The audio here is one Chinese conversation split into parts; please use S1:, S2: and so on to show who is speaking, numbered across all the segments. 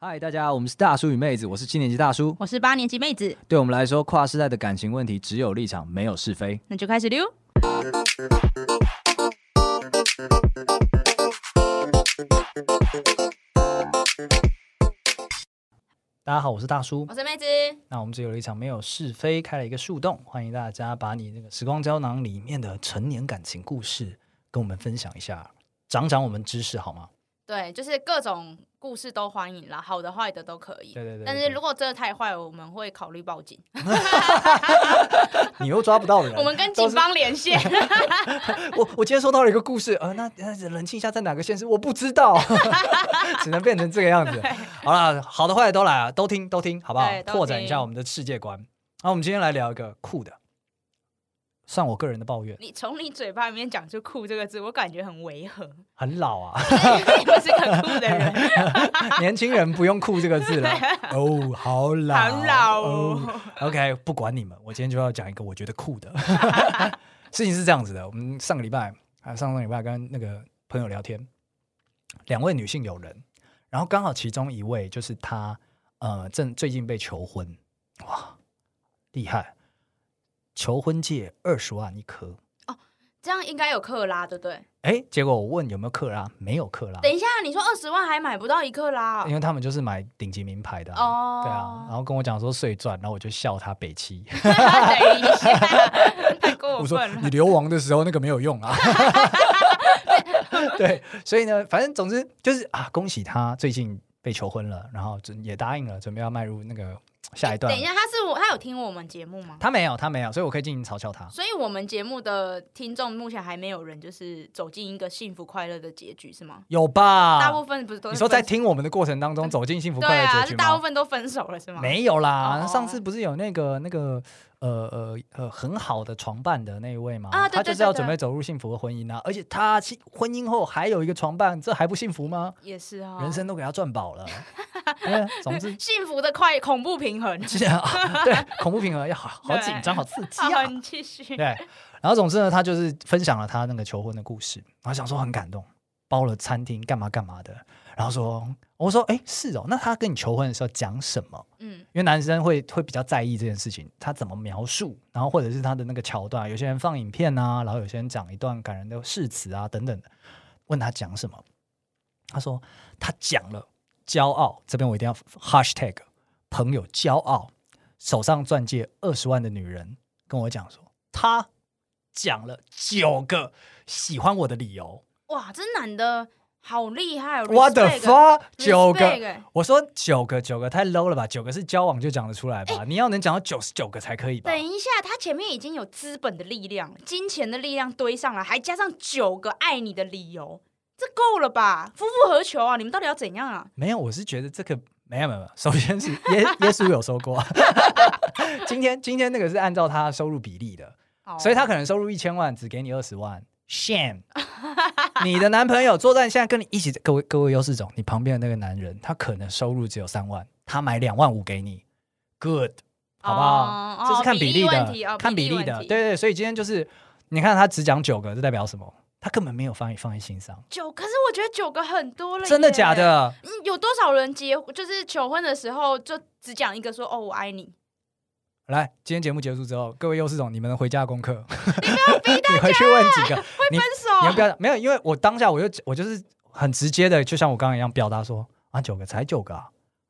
S1: 嗨，大家，我们是大叔与妹子，我是七年级大叔。
S2: 我是八年级妹子，
S1: 对我们来说，跨世代的感情问题只有立场，没有是非。
S2: 那就开始溜。
S1: 大家好，我是大叔。
S2: 我是妹子，
S1: 那我们只有立场，没有是非，开了一个树洞，欢迎大家把你那个时光胶囊里面的成年感情故事跟我们分享一下，长长我们知识好 吗？
S2: 对，就是各种故事都欢迎啦，好的坏的都可以。
S1: 对对对
S2: 但
S1: 对
S2: 是如果真的太坏，我们会考虑报警，
S1: 你又抓不到人，
S2: 我们跟
S1: 都
S2: 警
S1: 是
S2: 方连线。
S1: 我我今天收到了一个故事，呃，那那冷静一下，在哪个县市？我不知道， 只能变成这个样子。好了，好的坏的都来啊，都听都听，好不好
S2: 对？都
S1: 拓展一下
S2: 听
S1: 我们的世界观。那、我们今天来聊一个酷的，算我个人的抱怨，
S2: 你从你嘴巴里面讲出“酷”这个字，我感觉很违 和，哎
S1: 很老 啊，
S2: 你不是个酷的人，
S1: 年轻人不用酷这个字了。哦，好老，
S2: 很老
S1: 哦
S2: 哦。
S1: OK，不管你们，我今天就要讲一个我觉得酷的事情是这样子的。我们上个礼拜啊，上上礼拜跟那个朋友聊天，两位女性友人，然后刚好其中一位就是她，呃，正最近被求婚，哇，厉害！求婚戒二十万一颗，
S2: 这样应该有克拉，对不对？
S1: 哎，结果我问有没有克拉，没有克拉，
S2: 等一下，你说二十万还买不到一克 拉
S1: 因，为他们就是买顶级名牌的啊、
S2: 哦
S1: 对啊，然后跟我讲说碎钻，然后我就笑他北七。
S2: 哎等一下，太过
S1: 我说
S2: 分了
S1: 你。流亡的时候那个没有用 啊。对，所以呢，反正总之就是啊，恭喜他最近被求婚了，然后准也答应了，准备要迈入那个下一段
S2: 哎等。一下，他是我，他有听我们节目吗？
S1: 他没有，他没有，所以我可以进行嘲笑他。
S2: 所以我们节目的听众目前还没有人就是走进一个幸福快乐的结局，是吗？
S1: 有吧？
S2: 大部分不是都
S1: 啊
S2: 是
S1: 你说在
S2: 分手
S1: 听我们的过程当中走进幸福
S2: 对
S1: 快乐
S2: 啊，
S1: 结
S2: 是
S1: 局
S2: 大
S1: 吗
S2: 部？分都分手了是吗？
S1: 没有啦，
S2: 哦
S1: 上次不是有那个那个呃呃呃很好的床伴的那一位吗？
S2: 啊对
S1: 他就
S2: 对
S1: 是
S2: 对
S1: 要
S2: 对
S1: 准备走入幸福的婚姻啊，而且他幸婚姻后还有一个床伴，这还不幸福吗？
S2: 也是啊、，
S1: 人生都给他赚饱了。嗯总之
S2: 幸福的快恐怖平衡，
S1: 是啊，对，恐怖平衡要好好紧张，好刺激
S2: 好，
S1: 啊。
S2: 你继续
S1: 对，。然后总之呢，他就是分享了他那个求婚的故事，然后想说很感动，包了餐厅干嘛干嘛的，然后说，我说，哎，是哦，那他跟你求婚的时候讲什么？
S2: 嗯，
S1: 因为男生会会比较在意这件事情，他怎么描述，然后或者是他的那个桥段，有些人放影片啊，然后有些人讲一段感人的誓词啊等等的，问他讲什么，他说他讲了骄傲，这边我一定要 hashtag 朋友骄傲，手上钻戒二十万的女人跟我讲说，他讲了九个喜欢我的理由，
S2: 哇，这男的好厉害哦
S1: What the
S2: respect 欸
S1: fuck？九
S2: respect
S1: 个，我说九个，九个太 low 了吧？九个是交往就讲得出来吧？你要能讲到九十九个才可以吧？
S2: 等一下，他前面已经有资本的力量、金钱的力量堆上来，还加上九个爱你的理由，这够了吧？夫复何求啊？你们到底要怎样啊？
S1: 没有，我是觉得这个没有没有，没有首先是耶耶稣有收过， 今天今天那个是按照他收入比例的，
S2: 哦
S1: 所以他可能收入一千万，只给你二十万。Shame！你的男朋友作战现在跟你一起，各位各位优势种，你旁边的那个男人，他可能收入只有三万，他买两万五给你，good，好不好
S2: 哦？哦
S1: 这是看比例
S2: 比例
S1: 的，
S2: 问题哦
S1: 看
S2: 比例
S1: 比例
S2: 问
S1: 的，
S2: 题
S1: 对对。所以今天就是，你看他只讲九个，这代表什么？他根本没有放放在心上，
S2: 九，可是我觉得九个很多了，
S1: 真的假？的？
S2: 嗯，有多少人结就是求婚的时候就只讲一个说哦我爱你，
S1: 来，今天节目结束之后，各位优势种，你们的回家功课， 你回去问 几个，你你
S2: 分
S1: 要
S2: 手
S1: 不要？没有，因为我当下我就我就是很直接的，就像我刚刚一样表达说啊，九个才九个啊。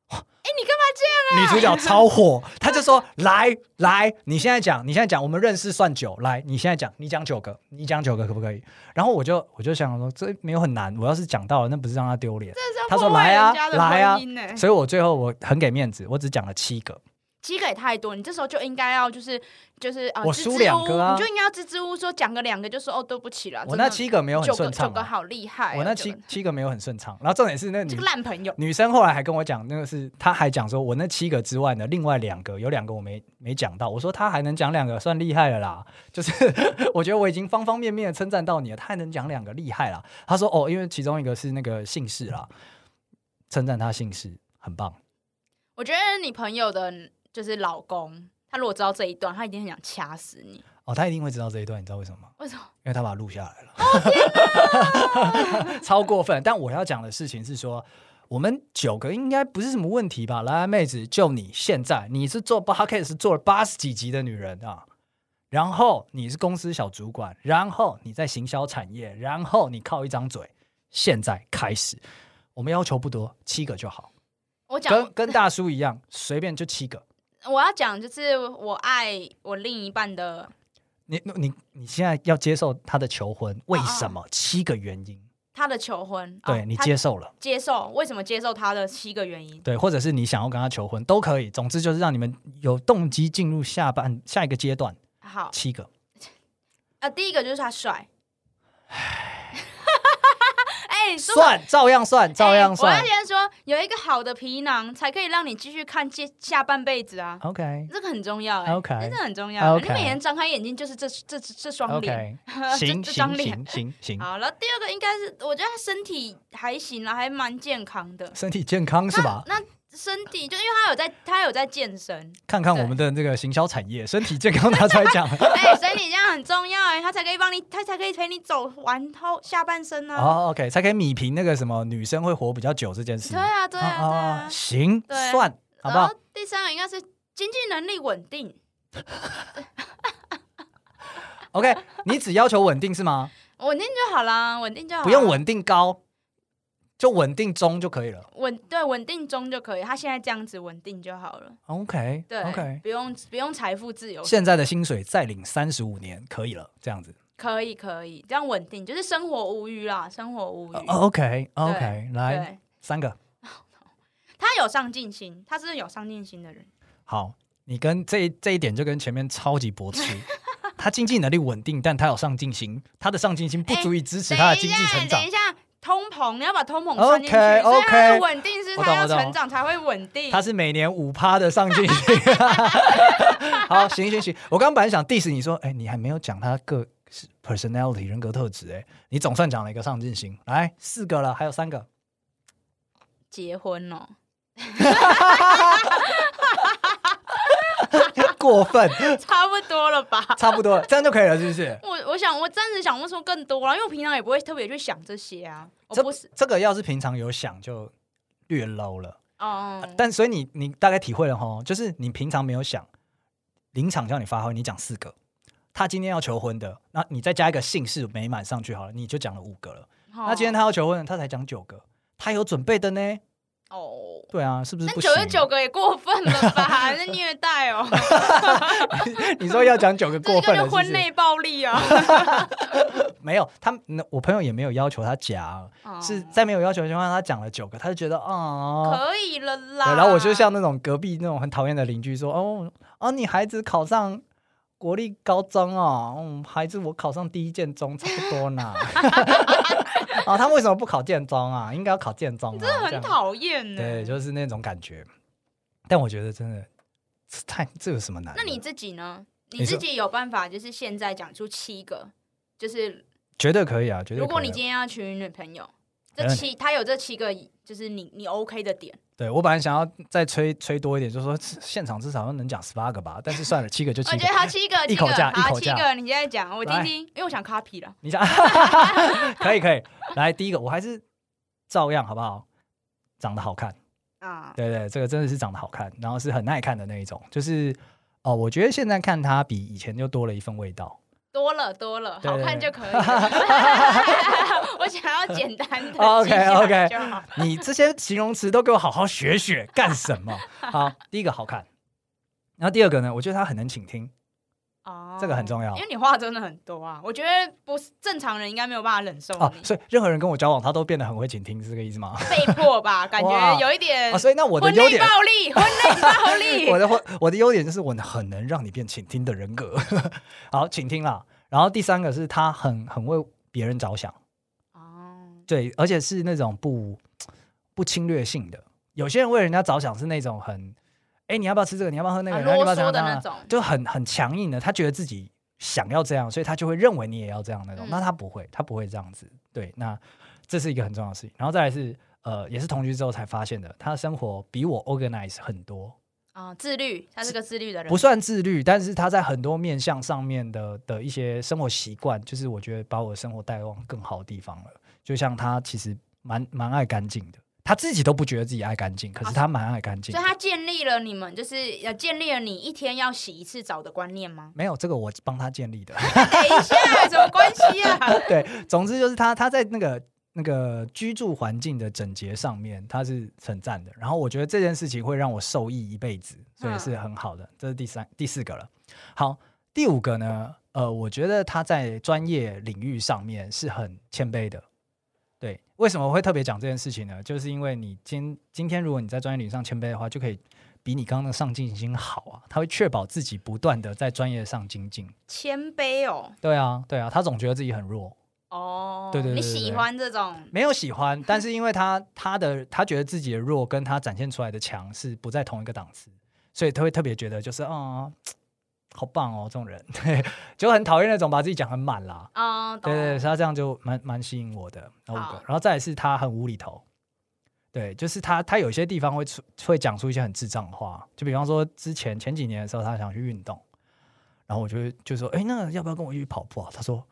S1: 哎
S2: 你
S1: 干嘛这样啊？女主角超火，她就说：“ 来来，你现在讲，你现在讲，我们认识算九，来，你现在讲，你讲九个，你讲九个可不可以？”然后我就我就想说，这没有很难，我要是讲到了，那不是让她丢脸。他说
S2: 破坏
S1: 来啊
S2: 人家的
S1: 来啊
S2: 婚姻呢
S1: 所以我最后我很给面子，我只讲了七个。
S2: 七个也太多，你这时候就应该要就是就是呃，
S1: 我
S2: 支
S1: 输
S2: 支
S1: 两
S2: 吾
S1: 个啊
S2: 你就应该要支支吾吾说讲个两个就说哦对不起了，
S1: 我
S2: 真
S1: 那
S2: 的
S1: 七个没有很
S2: 九个
S1: 顺畅
S2: 九个
S1: 啊、
S2: 好厉害哦，
S1: 我那
S2: 九
S1: 七
S2: 个
S1: 七个没有很顺畅。然后重点是那
S2: 这
S1: 女
S2: 个烂朋友，
S1: 女生后来还跟我讲，那个是她还讲说，我那七个之外呢，另外两个有两个我没没讲到。我说她还能讲两个，算厉害了啦。 就是我觉得我已经方方面面的称赞到你了，她还能讲两个，厉害啦。她说哦，因为其中一个是那个姓氏啦，称赞她姓氏很棒。
S2: 我觉得你朋友的就是老公，他如果知道这一段，他一定很想掐死你。
S1: 哦，她一定会知道这一段，你知道为什么吗？
S2: 为什么？
S1: 因为她把
S2: 哦
S1: 它录下来了。超过分！但我要讲的事情是说，我们九个应该不是什么问题吧？来，妹子，就你现在，你是做 podcast 做了八十几集的女人啊，然后你是公司小主管，然后你在行销产业，然后你靠一张嘴，现在开始，我们要求不多，七个就好，
S2: 我讲
S1: 跟跟大叔一样，随便就七个。
S2: 我要讲就是我爱我另一半的，
S1: 你你你现在要接受他的求婚，为
S2: 哦哦
S1: 什么？七个原因，
S2: 他的求婚，
S1: 对、
S2: 哦
S1: 你
S2: 他
S1: 接受了。
S2: 接受，为什么接受他的七个原因？
S1: 对，或者是你想要跟他求婚都可以，总之就是让你们有动机进入下半下一个阶段。
S2: 好，
S1: 七个，
S2: 呃，第一个就是他帅， 哎、你说
S1: 算照样算，照样
S2: 哎
S1: 算
S2: 我。要先说，有一个好的皮囊，才可以让你继续看接下半辈子啊，
S1: OK
S2: 这个很重要、哎
S1: 哦 OK
S2: 真的很重要。
S1: OK
S2: 你每天张开眼睛就是这这这这双脸
S1: OK，
S2: 这
S1: 行
S2: 这张
S1: 行
S2: 脸。
S1: 行 行行，
S2: 好，然后第二个应该是，我觉得他身体还行啦，还蛮健康的。
S1: 身体健康是吧？
S2: 那身体就因为他有在，他有在健身，
S1: 看看
S2: 对
S1: 我们的这个行销产业，身体健康 他才 讲
S2: 哎、所以你这样很重要哎、他才可以帮你，他才可以陪你走完后下半生呢、
S1: 哦，OK，才可以米平那个什么女生会活比较久这件事。
S2: 对啊，对啊，对
S1: 哦
S2: 啊。
S1: 行
S2: 对
S1: 算，好不
S2: 然
S1: 好
S2: 后？第三个应该是经济能力稳定，
S1: OK，你只要求稳定是 吗？
S2: 稳定就好啦，稳定就好啦，
S1: 不用稳定高，就稳定中就可以了。
S2: 稳对稳定中就可以。他现在这样子稳定就好了，
S1: OK，
S2: 对
S1: OK，
S2: 不用不用财富自由，
S1: 现在的薪水再领三十五年可以了，这样子。
S2: 可以可以，这样稳定就是生活无虞啦，生活无虞。
S1: 哦 OK OK，来
S2: 对，
S1: 三个
S2: 他有上进心，他是有上进心的人，
S1: 好，你跟这一这一点就跟前面超级 驳斥。他经济能力稳定，但他有上进心，他的上进心不足以支持他的经济成长
S2: 哎等一。下，等一下通膨，你要把通膨算进去
S1: OK，
S2: 所以他
S1: OK
S2: 的稳定是
S1: 我懂
S2: 他要
S1: 我懂
S2: 成长才会稳定。
S1: 他是每年五趴的上进 心。好，行行行，我刚刚本来想 diss 你说，哎、你还没有讲他个 personality 人格特质，哎，你总算讲了一个上进心，来四个了，还有三个，
S2: 结婚哦，
S1: 过分，
S2: 差不多了吧？
S1: 差不多了，这样就可以了，是不是？
S2: 我我想我暂时想不出更多啦，因为我平常也不会特别去想这些啊。我
S1: 这
S2: 不是，
S1: 这个要是平常有想就略 low 了，
S2: 嗯，
S1: 但所以你你大概体会了哈，就是你平常没有想，临场叫你发挥，你讲四个。他今天要求婚的，那你再加一个姓氏美满上去好了，你就讲了五个了。
S2: 那
S1: 那今天他要求婚，他才讲九个，他有准备的呢。
S2: 哦，
S1: 对啊，是不是
S2: 那
S1: 不行
S2: 九？十九个也过分了 吧？那虐待哦，
S1: 你说要讲九 个
S2: 这
S1: 过
S2: 个
S1: 分了
S2: 就是
S1: 不
S2: 婚
S1: 是？
S2: 内暴力啊！
S1: 没有，他那我朋友也没有要求他讲，
S2: 哦
S1: 是在没有要求的情况下，他讲了九个，他就觉得哦。
S2: 可以了啦。
S1: 对，然后我就像那种隔壁那种很讨厌的邻居说：“哦哦，你孩子考上国立高中哦，嗯，孩子我考上第一建中差不多 呢。哦，他为什么不考建中啊？应该要考建中啊。
S2: 真的
S1: 这样
S2: 很讨厌呢。
S1: 对，就是那种感觉。但我觉得真的这太这有什么难的？
S2: 那你自己呢？
S1: 你
S2: 你
S1: 说
S2: 自己有办法，就是现在讲出七个，就是
S1: 绝对可以啊，绝对可以啊。
S2: 如果你今天要娶女朋友，
S1: 没
S2: 这
S1: 问
S2: 七他有这七个，就是你你 OK 的点。
S1: 对我本来想要再吹吹多一点，就是说现场至少能讲十八个吧，但是算了，七个就
S2: 我
S1: 七个
S2: 觉
S1: 哎
S2: 得。哦他七个，
S1: 一
S2: 七
S1: 口
S2: 个，
S1: 价一
S2: 好，
S1: 口
S2: 七
S1: 价
S2: 个，你现在讲，我听
S1: 来
S2: 听，因为我想 copy 了。
S1: 你想， 可以可以，来第一个，我还是照样好不好？长得好看，
S2: 啊，
S1: 对对，这个真的是长得好看，然后是很耐看的那一种，就是哦，我觉得现在看他比以前就多了一份味道。
S2: 多了多了，
S1: 对
S2: 好看 就可以了。我想要简单的
S1: OK，OK
S2: 就好。
S1: 你这些形容词都给我好好学学，干什么？ 好，第一个好看，然后第二个呢，我觉得他很能倾听，
S2: 哦
S1: 这个很重要
S2: 因为你话真的很多啊，我觉得不是正常人应该没有办法忍受
S1: 哦，
S2: 你，
S1: 所以任何人跟我交往，他都变得很会倾听，是这个意思吗？
S2: 被迫吧，感
S1: 哇
S2: 觉呃有一点
S1: 啊，所以那我的
S2: 婚
S1: 优
S2: 内
S1: 点，
S2: 暴力，婚内暴 力
S1: 我。的婚我的优点就是我很能让你变倾听的人格， 好，倾听啦。然后第三个是他很很为别人着想，
S2: 哦，
S1: 对，而且是那种不不侵略性的。有些人为人家着想是那种很，哎，你要不要吃这个？你要不要喝那个？
S2: 很
S1: 你要
S2: 啰
S1: 不要怎
S2: 嗦
S1: 样
S2: 的那
S1: 怎样
S2: 种，
S1: 就很很强硬的，他觉得自己想要这样，所以他就会认为你也要这样那种。
S2: 嗯
S1: 那他不会，他不会这样子。对，那这是一个很重要的事情。然后再来是，呃，也是同居之后才发现的，他的生活比我 organize 很多，
S2: 啊，自律，他是个自律的人
S1: 不。算自律，但是他在很多面向上面的的一些生活习惯，就是我觉得把我的生活带往更好的地方了。就像他其实蛮蛮爱干净的，他自己都不觉得自己爱干净，可是他蛮爱干净
S2: 啊所
S1: 的？
S2: 以。他建立了你们就是呃建立了你一天要洗一次澡的观念吗
S1: 没有这个，我帮他建立的。
S2: 等一下，什么关系啊？
S1: 对，总之就是他他在那个那个居住环境的整洁上面，他是很赞的。然后我觉得这件事情会让我受益一辈子，所以是很好的。这是第三第四个了。好，第五个呢？呃，我觉得他在专业领域上面是很谦卑的。对，为什么我会特别讲这件事情呢？就是因为你今今天如果你在专业领域上谦卑的话，就可以比你刚刚的上进心好啊。他会确保自己不断的在专业上精进。
S2: 谦卑哦，
S1: 对啊，对啊，他总觉得自己很弱，
S2: 哦，
S1: 对对对对
S2: 你喜
S1: 对
S2: 欢这种
S1: 没有喜欢，但是因为他他的他觉得自己的弱跟他展现出来的强是不在同一个档次，所以他会特别觉得就是啊、好棒哦，这种人 对，就很讨厌那种把自己讲很满啦。
S2: 啊、哦，
S1: 对
S2: 懂
S1: 对，对，他这样就蛮蛮吸引我的。然后五
S2: 好
S1: 个，然后再来是他很无厘头，对，就是他他有些地方会出会讲出一些很智障的话，就比方说之前前几年的时候，他想去运动，然后我就会就说，哎，那要不要跟我一起跑步啊？他说，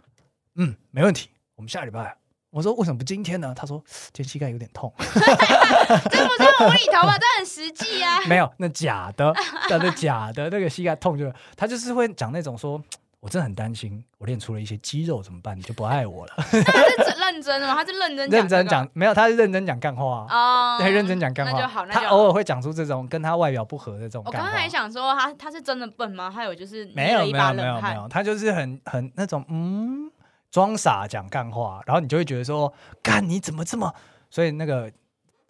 S1: 嗯，没问题，我们下礼拜。我说为什么不今天呢？他说嗯今天膝盖有点痛，
S2: 这不是很无厘头吗？这很实际啊。
S1: 没有， 那假的，真的假的，那个膝盖痛就他就是会讲那种说，我真的很担心，我练出了一些肌肉怎么办？你就不爱我了。
S2: 他是认真的吗？他是认 真
S1: 认
S2: 这
S1: 真
S2: 个
S1: 讲，没有，他是认真讲干话啊
S2: 哦，
S1: 对，认真讲干话。
S2: 那就好，那
S1: 他
S2: 就
S1: 偶
S2: 好。
S1: 尔会讲出这种跟他外表不合的这种
S2: 我
S1: 干
S2: 刚
S1: 话。
S2: 刚还想说他他是真的笨吗？还有就是捏
S1: 没有
S2: 了
S1: 没
S2: 一
S1: 有
S2: 把
S1: 没
S2: 冷
S1: 有没
S2: 汗，
S1: 有，他就是很很那种嗯装傻讲干话，然后你就会觉得说，干你怎么这么？所以那个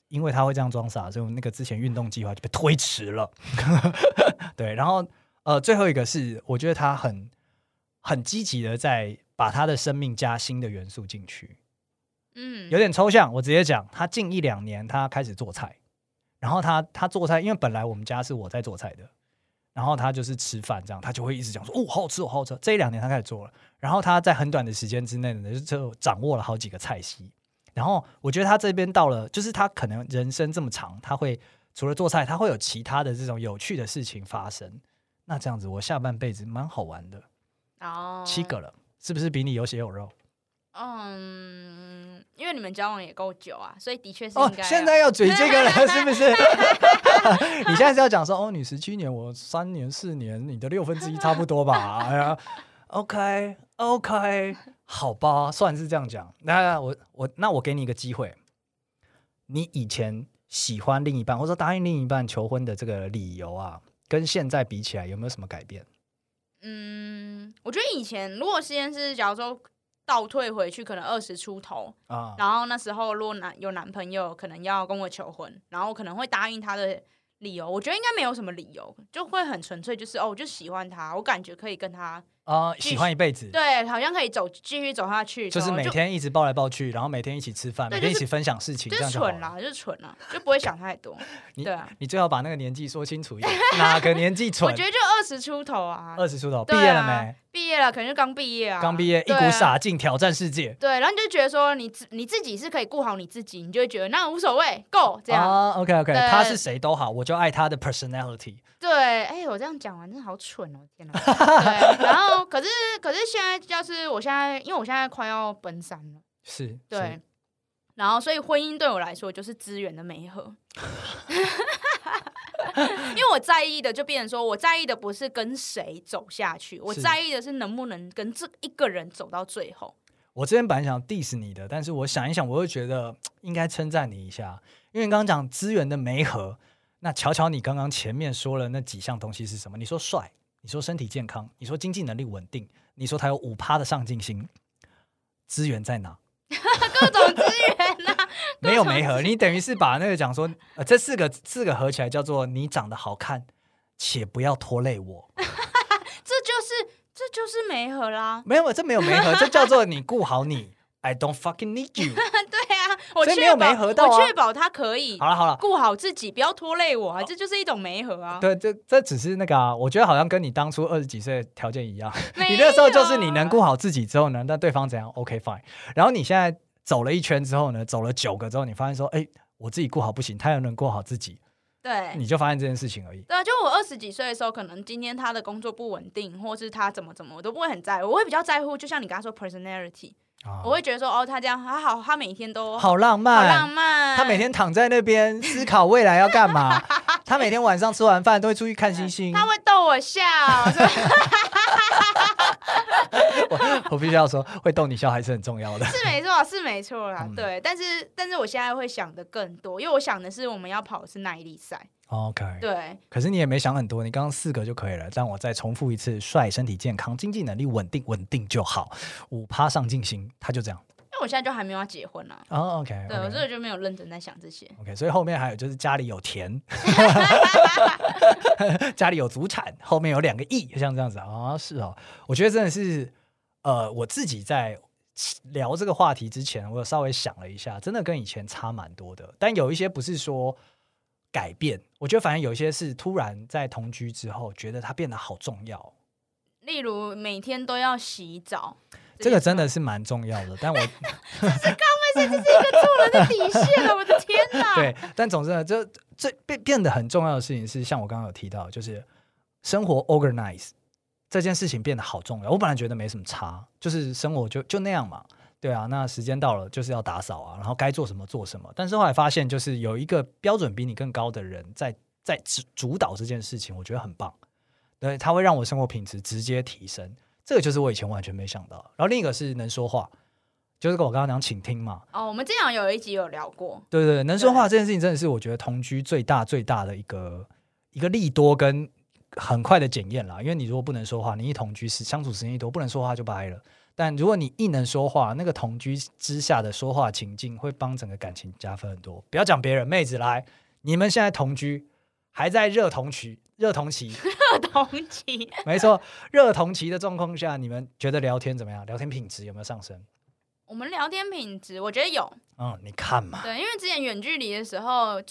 S1: 因为他会这样装傻，所以我们那个之前运动计划就被推迟了。 对，然后呃，最后一个是我觉得他很很积极的在把他的生命加新的元素进去。
S2: 嗯，
S1: 有点抽象，我直接讲，他近一两年他开始做菜，然后他他做菜，因为本来我们家是我在做菜的，然后他就是吃饭这样，他就会一直讲说哦好好吃哦好好吃哦，这一两年他开始做了，然后他在很短的时间之内呢，就就掌握了好几个菜系，然后我觉得他这边到了，就是他可能人生这么长，他会除了做菜，他会有其他的这种有趣的事情发生，那这样子我下半辈子蛮好玩的，
S2: 哦，
S1: 七个了，是不是比你有血有肉？
S2: 嗯，因为你们交往也够久啊，所以的确是
S1: 哦
S2: 应，该、
S1: 现在要嘴这 个了，是不是？ 你现在是要讲说，哦，你十七年，我三年、四年，你的六分之一差不多吧？哎呀，OK OK，好吧，算是这样讲。那我我那我给你一个机会，你以前喜欢另一半，或者说答应另一半求婚的这个理由啊，跟现在比起来，有没有什么改变？
S2: 嗯，我觉得以前如果实验室假如说倒退回去，可能二十出头，
S1: 啊，
S2: 然后那时候如果男有男朋友，可能要跟我求婚，然后我可能会答应他的理由，我觉得应该没有什么理由，就会很纯粹，就是哦，我就喜欢他，我感觉可以跟他
S1: 啊，
S2: 继续
S1: 喜欢一辈子，
S2: 对，好像可以走继续走下去，
S1: 就是
S2: 然后
S1: 每天一直抱来抱去，然后每天一起吃饭，
S2: 哦对
S1: 每天一
S2: 就是
S1: 起分享事情，
S2: 就
S1: 这
S2: 是
S1: 样就好了
S2: 蠢。啦，就是蠢啦，就不会想太多。
S1: 你
S2: 对啊，
S1: 你最好把那个年纪说清楚一点， 哪个年纪
S2: 我
S1: 蠢
S2: 觉？得就二十出头啊，
S1: 二十出头，毕
S2: 对啊
S1: 业了没？
S2: 毕业了，可能就刚毕业啊，
S1: 刚毕业，一
S2: 对
S1: 股
S2: 啊。
S1: 傻劲挑战世界。
S2: 对，然后你就觉得说你自你自己是可以顾好你自己，你就会觉得那无所谓，go 这样。
S1: 啊，OK OK，
S2: 对
S1: 他是谁都好，我就爱他的 personality。
S2: 对，哎、我这样讲完真的好蠢哦，天哪！ 对，然后可是可是现在要是我现在，因为我现在快要奔三了，
S1: 是，
S2: 对
S1: 是，，
S2: 然后所以婚姻对我来说就是资源的媒合。 因为我在意的就变成说，我在意的不是跟谁走下去，我
S1: 是
S2: 在意的是能不能跟这一个人走到最后。
S1: 我之前本来想 diss 你的，但是我想一想，我又觉得应该称赞你一下，因为你刚刚讲资源的媒合，那瞧瞧你刚刚前面说了那几项东西是什么？你说帅，你说身体健康，你说经济能力稳定，你说他有五趴的上进心，资源在哪？
S2: 各种资源啊呐、
S1: 没有媒合，你等于是把那个讲说，呃，这四个四个合起来叫做你长得好看，且不要拖累我。
S2: 这就是这就是媒合啦。
S1: 没有，这没有媒 合，这叫做你顾好你。I don't fucking need you。
S2: 对啊，我
S1: 所以没
S2: 确
S1: 有
S2: 保、
S1: 媒合到啊
S2: 我确保他可以
S1: 好了 好了，
S2: 顾好自己，不要拖累我啊，这就是一种媒合啊。
S1: 对，这这只是那个啊，我觉得好像跟你当初二十几岁的条件一样，
S2: 没
S1: 你
S2: 有，
S1: 那时候就是你能顾好自己之后呢，那对方怎样？OK fine。然后你现在走了一圈之后呢，走了九个之后，你发现说，哎，我自己顾好不行，他又能顾好自己，
S2: 对。
S1: 你就发现这件事情而已。
S2: 对啊，就我二十几岁的时候，可能今天他的工作不稳定，或是他怎么怎么，我都不会很在乎。我会比较在乎，就像你刚刚说 personality，
S1: 啊
S2: 我会觉得说，哦，他这样，他好，他每天都
S1: 好浪漫，
S2: 好浪漫，
S1: 他每天躺在那边思考未来要干 嘛，他每天晚上吃完饭都会出去看星星。
S2: 他会逗我笑，所以
S1: 我我必须要说，会逗你笑还是很重 要的。
S2: 是没错，是没错啦，
S1: 嗯
S2: 对。但是，但是我现在会想的更多，因为我想的是我们要跑的是耐力赛，
S1: 哦 OK，
S2: 对，
S1: 可是你也没想很多，你刚刚四个就可以了。让我再重复一次：帅、身体健康、经济能力稳定，稳定就好。五趴上进心，他就这样。
S2: 因为我现在就还没有要结婚啊啦，
S1: 哦，OK，
S2: 对我
S1: OK
S2: 所以就没有认真在想这些。
S1: OK，所以后面还有就是家里有田， 家里有祖产，后面有两个亿，像这样子啊，是哦。我觉得真的是，呃，我自己在聊这个话题之前，我有稍微想了一下，真的跟以前差蛮多的。但有一些不是说改变，我觉得反正有一些是突然在同居之后，觉得它变得好重要。
S2: 例如每天都要洗澡，
S1: 这个真
S2: 的
S1: 的是蛮重要的，但我
S2: 做人的底线啊了，我的天 哪！
S1: 对，但总之呢，这这变变得很重要的事情是，像我刚刚有提到，就是生活 organize 这件事情变得好重要。我本来觉得没什么差，就是生活就就那样嘛，对啊，那时间到了就是要打扫啊，然后该做什么做什么。但是后来发现，就是有一个标准比你更高的人在在主主导这件事情，我觉得很棒，对，它会让我生活品质直接提升。这个就是我以前完全没想到的。然后另一个是能说话，就是跟我刚刚讲倾听嘛，
S2: 哦，我们之前有一集有聊过，
S1: 对对，对能说话这件事情真的是我觉得同居最大最大的一个一个利多跟很快的检验啦。因为你如果不能说话，你一同居时相处时间一多，不能说话就掰了。但如果你一能说话，那个同居之下的说话情境会帮整个感情加分很多。不要讲别人，妹子来，你们现在同居还在热同期，热同 期，
S2: 特同期，
S1: 没错，热同期的状况下，你们觉得聊天怎么样？聊天品质有没有上升？
S2: 我们聊天品质，我觉得有
S1: 嗯，你看嘛，
S2: 对，因为之前远距离的时候，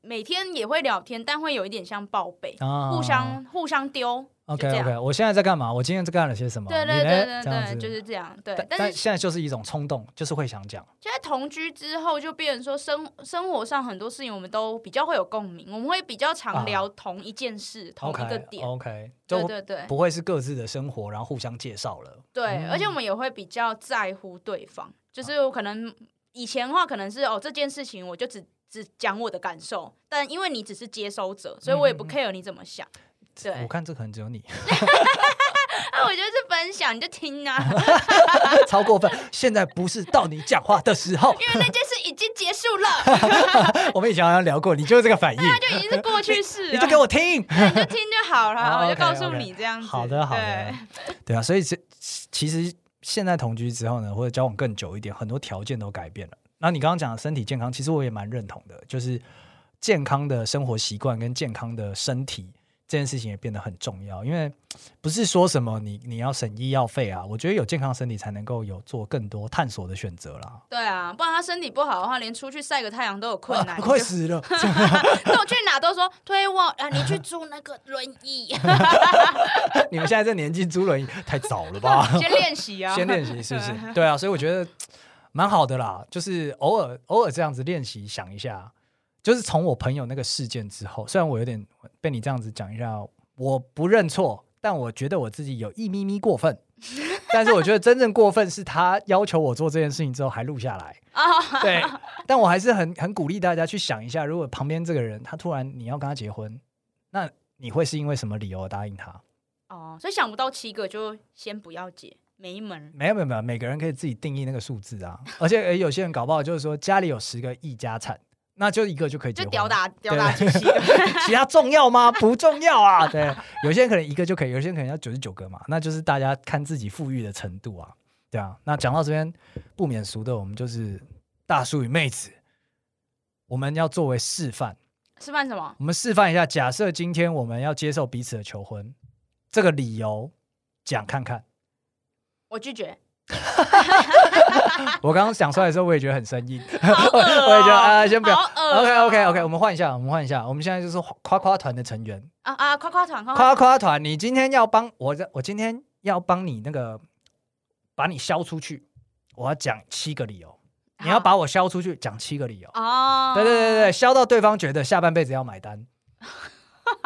S2: 每天也会聊天，但会有一点像报备，
S1: 啊，
S2: 互相互相丢。
S1: OK
S2: 就这样
S1: OK，我现在在干嘛？我今天在干了些什么？
S2: 对
S1: 你
S2: 对
S1: 嘞
S2: 对对
S1: 这样子
S2: 对，就是这样。对
S1: 但，
S2: 但
S1: 但
S2: 是
S1: 现在就是一种冲动，就是会想讲。
S2: 现在同居之后，就变成说生生活上很多事情我们都比较会有共鸣，我们会比较
S1: 啊
S2: 常聊同一件事、同一个
S1: OK
S2: 点。
S1: OK，
S2: 对
S1: 就
S2: 对对
S1: 不会是各自的生活，然后互相介绍了。
S2: 对，
S1: 嗯啊
S2: 而且我们也会比较在乎对方，就是我可能以前的话，可能是哦这件事情我就只只讲我的感受，但因为你只是接收者，所以我
S1: 嗯
S2: 也不 care 你怎么想。对
S1: 我看这可能只有你
S2: 啊，我觉得是分享，你就听啊，
S1: 超过分。现在不是到你讲话的时 候，
S2: 因为那件事已经结束了，
S1: 我们以前好像聊过，你就是这个反应，
S2: 就已经 是啊过去式了，
S1: 你就给我听。
S2: 对，你就听就好
S1: 啊
S2: 了，我就
S1: OK，
S2: 告诉
S1: OK
S2: 你这样子。
S1: 好的，好的
S2: 对，
S1: 对啊，所以这其实现在同居之后呢，或者交往更久一点，很多条件都改变了。然后你刚刚讲的身体健康，其实我也蛮认同的，就是健康的生活习惯跟健康的身体这件事情也变得很重要，因为不是说什么你你要省医药费啊，我觉得有健康身体才能够有做更多探索的选择啦。
S2: 对啊，不然他身体不好的话，连出去晒个太阳都有困难。
S1: 啊 快死了！
S2: 那我去哪都说推我啊，你去租那个轮椅，
S1: 你们现在这年纪租轮椅太早了吧？
S2: 先练习啊，
S1: 先练习是不是？ 对啊，所以我觉得蛮好的啦，就是偶尔偶尔这样子练习，想一下，就是从我朋友那个事件之后，虽然我有点被你这样子讲一下，我不认错，但我觉得我自己有一咪咪过分。 但是我觉得真正过分是他要求我做这件事情之后还录下来，
S2: 啊，
S1: 对，但我还是很很鼓励大家去想一下，如果旁边这个人他突然你要跟他结婚，那你会是因为什么理由而答应他？
S2: 哦，所以想不到七个就先不要结，没门。
S1: 没有没有没有，每个人可以自己定义那个数字啊。 而且、呃有些人搞不好就是说家里有十个亿家产，那就一个就可以结
S2: 就
S1: 婚
S2: 屌
S1: 了，
S2: 打屌打几系，
S1: 其他重要吗？不重要啊。对，有些人可能一个就可以，有些人可能要九十九个嘛，那就是大家看自己富裕的程度啊。对啊，那讲到这边不免俗的，我们就是大叔与妹子，我们要作为示范，
S2: 吃饭什么？
S1: 我们示范一下，假设今天我们要接受彼此的求婚，这个理由讲看看。
S2: 我拒绝，
S1: 我刚刚讲出来的时候，我也觉得很生硬，
S2: 好恶、哦，
S1: 我也觉得啊先不要
S2: 好恶哦
S1: OK OK OK，我们换一下，我们换一下，我们现在就是夸夸团的成员，
S2: 啊啊，夸夸团，夸
S1: 夸夸团，你今天要帮我这，我今天要帮你那个把你消出去，我要讲七个理由，你要把我消出去，讲七个理由，
S2: 哦，
S1: 对对对 对，，消到对方觉得下半辈子要买单，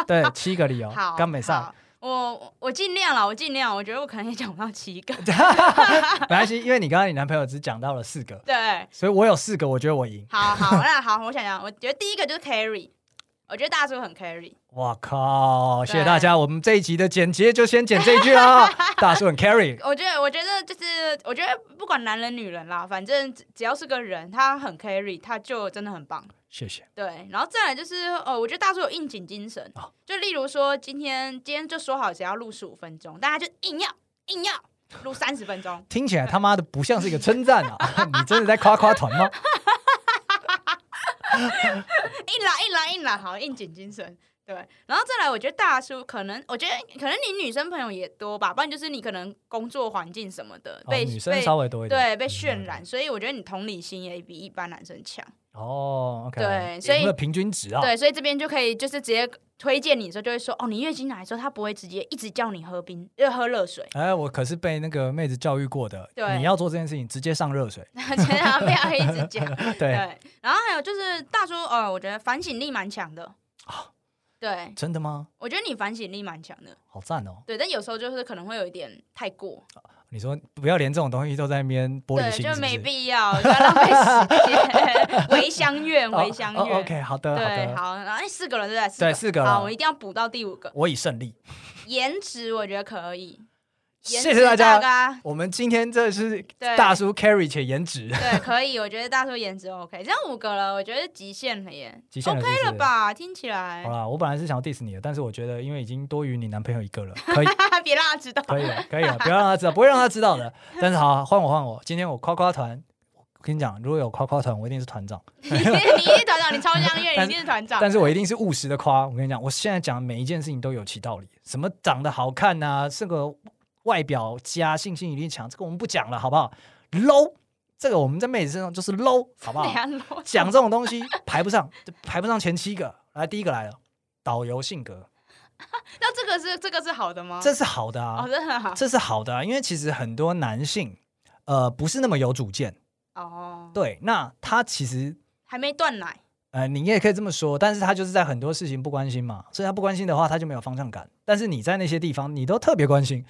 S1: 对，七个理由，
S2: 好，
S1: 刚没上啊
S2: 好，，我我尽量啦，我尽量，我觉得我可能也讲不到七个，
S1: 没关系，因为你刚刚你男朋友只讲到了四个，
S2: 对，
S1: 所以我有四个，我觉得我赢。
S2: 好好，那好，我想想，我觉得第一个就是 carry，我觉得大叔很 carry，
S1: 哇靠！谢谢大家，我们这一集的剪辑就先剪这一句 啦。大叔很 carry，
S2: 我觉得我觉得就是我觉得不管男人女人啦，反正只只要是个人，他很 carry，他就真的很棒。
S1: 谢谢。
S2: 对，然后再来就是，呃，我觉得大叔有应景精神，
S1: 哦
S2: 就例如说今天今天就说好只要录十五分钟，但他就硬要硬要录三十分钟，
S1: 听起来他妈的不像是一个称赞 啊！你真的在夸夸团吗？
S2: 硬啦硬啦硬啦，好应景精神。对，然后再来，我觉得大叔可能，我觉得可能你女生朋友也多吧，不然就是你可能工作环境什么的、
S1: 哦，
S2: 被
S1: 女生
S2: 被
S1: 稍微嗯多一点。
S2: 对被渲染，所以我觉得你同理心也比一般男生强。
S1: 哦，OK，
S2: 对所以
S1: 我们的平均值啊，
S2: 对，所以这边就可以就是直接推荐你的时候，就会说哦，你月经来的时候，他不会直接一直叫你喝冰，呃，喝热水，
S1: 哎，我可是被那个妹子教育过的，
S2: 对
S1: 你要做这件事情，直接上热 水。
S2: 其实他不要一直讲。
S1: 对，
S2: 对，然后还有就是大叔，呃，我觉得反省力蛮强的。
S1: 哦
S2: 对，
S1: 真的吗？
S2: 我觉得你反省力蛮强的，
S1: 好赞哦！
S2: 对，但有时候就是可能会有一点太过，
S1: 你说不要连这种东西都在那边玻璃
S2: 对，
S1: 心，
S2: 就是
S1: 不
S2: 没
S1: 是
S2: 必要，不要浪费时间， 唯相怨，
S1: 哦
S2: 唯相
S1: 哦
S2: 怨。
S1: OK，好的，好
S2: 对，
S1: 的，
S2: 好，然后哎，四个人对不对？
S1: 对四个了
S2: 好，我一定要补到第五个，
S1: 我已胜利，
S2: 颜值我觉得可以，颜
S1: 谢谢
S2: 值
S1: 大家。
S2: 家，
S1: 我们今天这是
S2: 对
S1: 大叔 carry 且颜值
S2: 对，可以，我觉得大叔颜值 OK，这样五个了，我觉得极限了耶
S1: 极限了
S2: ，OK
S1: 是不
S2: 了
S1: 是
S2: 吧？听起来
S1: 好，啦，我本来是想要 diss 你的，但是我觉得因为已经多于你男朋友一个 了，可以，
S2: 别让他知道，
S1: 可以了，可以了，不要让他知道，不会让他知道的。但是好，换我，换我，今天我夸夸团，我跟你讲，如果有夸夸团，我一定是团长，
S2: 你 你一定团长，你超相
S1: 但
S2: 怨，
S1: 是
S2: 你一定是团长。
S1: 但是我一定是务实的夸。我跟你讲，我现在讲的每一件事情都有其道理，什么长得好看呐、这个外表加性吸引力强，这个我们不讲了，好不好？low，这个我们在妹子身上就是 low，好不好
S2: 等一？下啰
S1: 讲这种东西排不上，排不上前七个。来，第一个来了，导游性格，
S2: 那这个是这个是好的吗？
S1: 这是好的啊
S2: 哦，，这很好
S1: 这是好的、啊，因为其实很多男性，呃，不是那么有主见。
S2: 哦，
S1: 对，那他其实，
S2: 还没断奶
S1: 呃，你也可以这么说，但是他就是在很多事情不关心嘛，所以他不关心的话，他就没有方向感。但是你在那些地方，你都特别关心，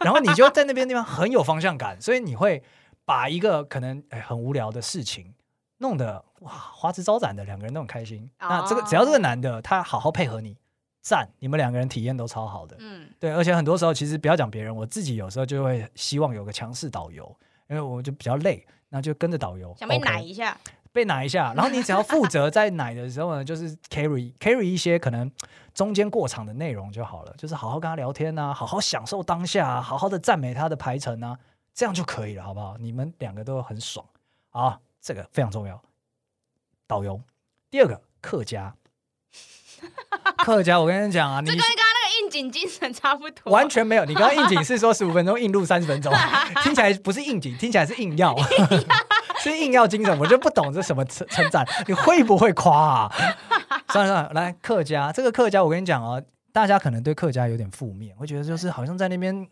S1: 然后你就在那边地方很有方向感，所以你会把一个可能、哎很无聊的事情弄得哇花枝招展的，两个人都很开心。那这个只要这个男的他好好配合你，赞，你们两个人体验都超好的。
S2: 嗯，
S1: 对，而且很多时候其实不要讲别人，我自己有时候就会希望有个强势导游，因为我就比较累，那就跟着导游，
S2: 想被
S1: OK，
S2: 奶一下，
S1: 被奶一下，然后你只要负责在奶的时候呢，就是 carry carry 一些可能中间过场的内容就好了，就是好好跟他聊天啊，好好享受当下、啊，好好的赞美他的排程啊，这样就可以了，好不好？你们两个都很爽啊，这个非常重要。导游，第二个客家，客家，我跟你讲啊，你
S2: 这跟刚刚那个应景精神差不 多，
S1: 完全没有，你刚刚应景是说十五分钟硬 录三十分钟，听起来不是应景，听起来是 硬要，是硬要精神，我就不懂这什么称称赞，你会不会夸啊？ 算了算了，来客家这个客家，我跟你讲哦。大家可能对客家有点负面，会觉得就是好像在那边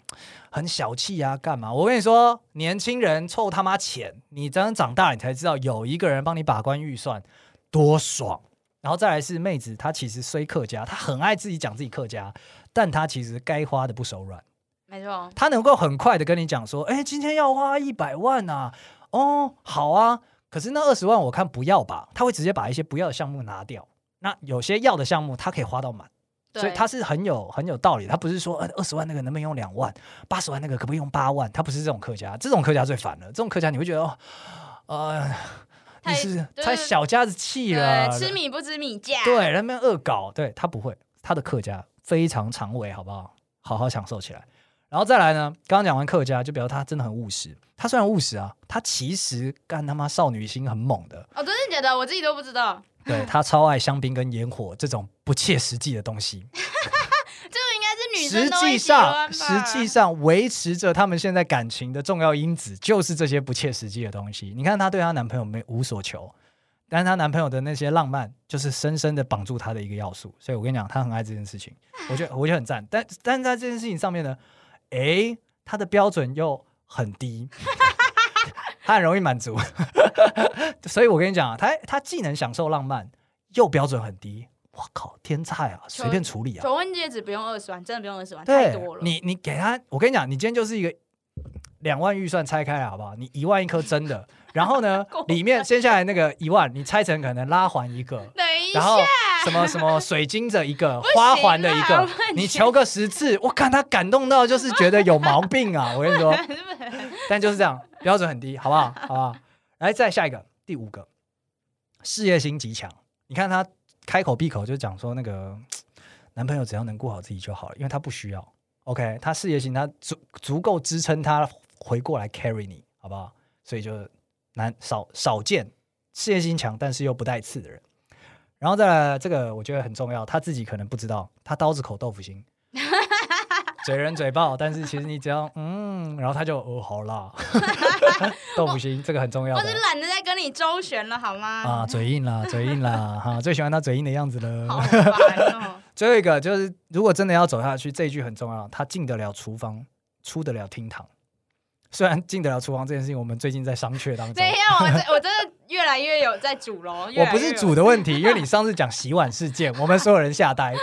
S1: 很小气啊，干嘛？我跟你说，年轻人臭他妈钱，你真长大你才知道，有一个人帮你把关预算，多爽。然后再来是妹子，她其实虽客家，她很爱自己讲自己客家，但她其实该花的不手软，
S2: 没错，
S1: 她能够很快的跟你讲说，哎，今天要花一百万啊，哦，好啊，可是那二十万我看不要吧，她会直接把一些不要的项目拿掉。那有些要的项目，她可以花到满，
S2: 对
S1: 所以她是很有很有道理。她不是说呃二十万那个能不能用两万，八十万那个可不可以用八万？她不是这种客家，这种客家最烦了。这种客家你会觉得，哦，呃，你
S2: 太
S1: 是
S2: 对
S1: 太小家子气了，
S2: 对，吃米不知米价，
S1: 对，人们恶搞，对他不会，他的客家非常长尾，好不好？好好享受起来。然后再来呢，刚刚讲完客家，就表示他真的很务实。他虽然务实啊，他其实干他妈少女心很猛的，
S2: 哦，真的假的？我自己都不知道，
S1: 对他超爱香槟跟烟火这种不切实际的东西。
S2: 这个应该是女
S1: 实
S2: 生都
S1: 际
S2: 会喜欢吧
S1: 上，实际上维持着他们现在感情的重要因子就是这些不切实际的东西。你看她对她男朋友没无所求，但是她男朋友的那些浪漫，就是深深的绑住她的一个要素。所以我跟你讲，她很爱这件事情，我觉得我觉得很赞。但但是在这件事情上面呢，诶，她的标准又很低。她很容易满 足，所以我跟你讲啊，她她既能享受浪漫，又标准很低，我靠，天菜啊，
S2: 求
S1: 随便处理啊。
S2: 求婚戒指不用二十万，真的不用二十万，太
S1: 对
S2: 多了。，
S1: 你你给他，我跟你讲，你今天就是一个两万预算拆开来好不好？你一万一颗真的，然后 呢
S2: 过，分
S1: 里面先下来那个一万，你拆成可能拉环一个，
S2: 等一
S1: 然
S2: 下，
S1: 后什么什么水晶的一个，
S2: 行
S1: 花环的一
S2: 啦
S1: 个
S2: 我跟，你
S1: 你求个十次，我看他感动到就是觉得有毛病啊！我跟你说，但就是这样，标准很低，好不好？好不好？来，再下一个，第五个，事业心极强。你看他开口闭口就讲说那个男朋友只要能顾好自己就好了，因为他不需要。OK，他事业心，他足足够支撑他回过来 carry 你，好不好？所以就难少少见，事业心强但是又不带刺的人。然后再来这个，我觉得很重要，他自己可能不知道，他刀子口豆腐心，嘴人嘴爆，但是其实你只要嗯，然后他就哦好啦，豆腐心这个很重要
S2: 我
S1: 的
S2: 是懒得再跟你周旋了，好吗？
S1: 啊，嘴硬啦，嘴硬啦，哈，最喜欢他嘴硬的样子
S2: 好
S1: 了。
S2: 烦哦。
S1: 最后一个就是，如果真的要走下去，这一句很重要，他进得了厨房，出得了厅堂。虽然进得了厨房这件事情，我们最近在商榷当中
S2: 等一。下，啊我真我真的越来越有在煮喽。越
S1: 我
S2: 来
S1: 不
S2: 越
S1: 是
S2: 有
S1: 煮的问题，因为你上次讲洗碗事件，我们所有人吓呆，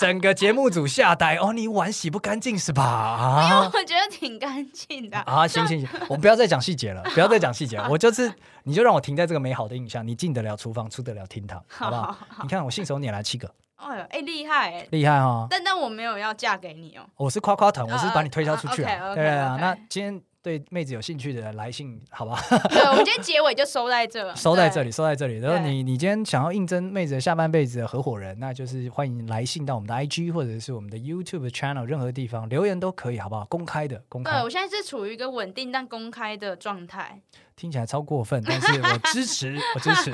S1: 整个节目组吓呆。哦，你碗洗不干净是吧？啊
S2: 哦我觉得挺干 净的。
S1: 啊，行行行，我们不要再讲细节了，不要再讲细节了。我就是，你就让我停在这个美好的印象，你进得了厨房，出得了厅堂，好不好？你看我信手拈来七个，
S2: 哎呦，哎，厉害哎！
S1: 厉害哦哈！
S2: 但但我没有要嫁给 你哦。
S1: 我是夸夸团，我是把你推销出去
S2: 啊啊
S1: 啊。
S2: ，OK，OK，OK
S1: 对啊，那今天对妹子有兴趣的人来信，好吧，
S2: 对，我们今天结尾就收在这，
S1: 收在
S2: 对
S1: 这 里，。收在这里。然后
S2: 对
S1: 你你今天想要应征妹子的下半辈子的合伙人，那就是欢迎来信到我们的 IG 或者是我们的 YouTube channel 任何地方留言都可以，好不好？公开的，公
S2: 对
S1: 开，
S2: 我现在是处于一个稳定但公开的状态。
S1: 听起来超过分，但是我支 持，我支持。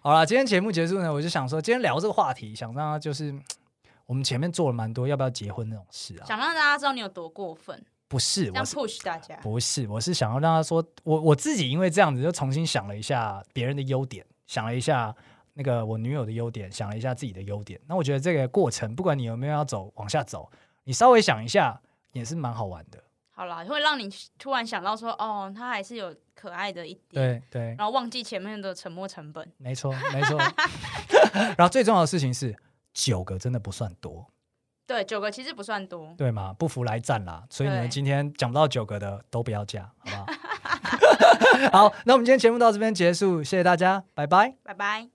S1: 好了，今天节目结束呢，我就想说，今天聊这个话题，想让他就是。我们前面做了蛮多要不要结婚那种事啊，
S2: 想让大家知道你有多过分，
S1: 不是，
S2: 这
S1: 我
S2: 样
S1: 是
S2: push 大家。
S1: 不是，我是想要让他说，我我自己因为这样子就重新想了一下别人的优点，想了一下那个我女友的优点，想了一下自己的优点。那我觉得这个过程，不管你有没有要走往下走，你稍微想一下也是蛮好玩的。
S2: 好啦，会让你突然想到说，哦，他还是有可爱的一点，
S1: 对对，
S2: 然后忘记前面的沉没成本。
S1: 没错没错。 然后最重要的事情是，九个真的不算多，
S2: 对，九个其实不算多。
S1: 对吗？不服来战啦！所以你们
S2: 对
S1: 今天讲不到九个的都不要嫁，好 不好？好，那我们今天节目到这边结束，谢谢大家，拜拜。
S2: 拜拜。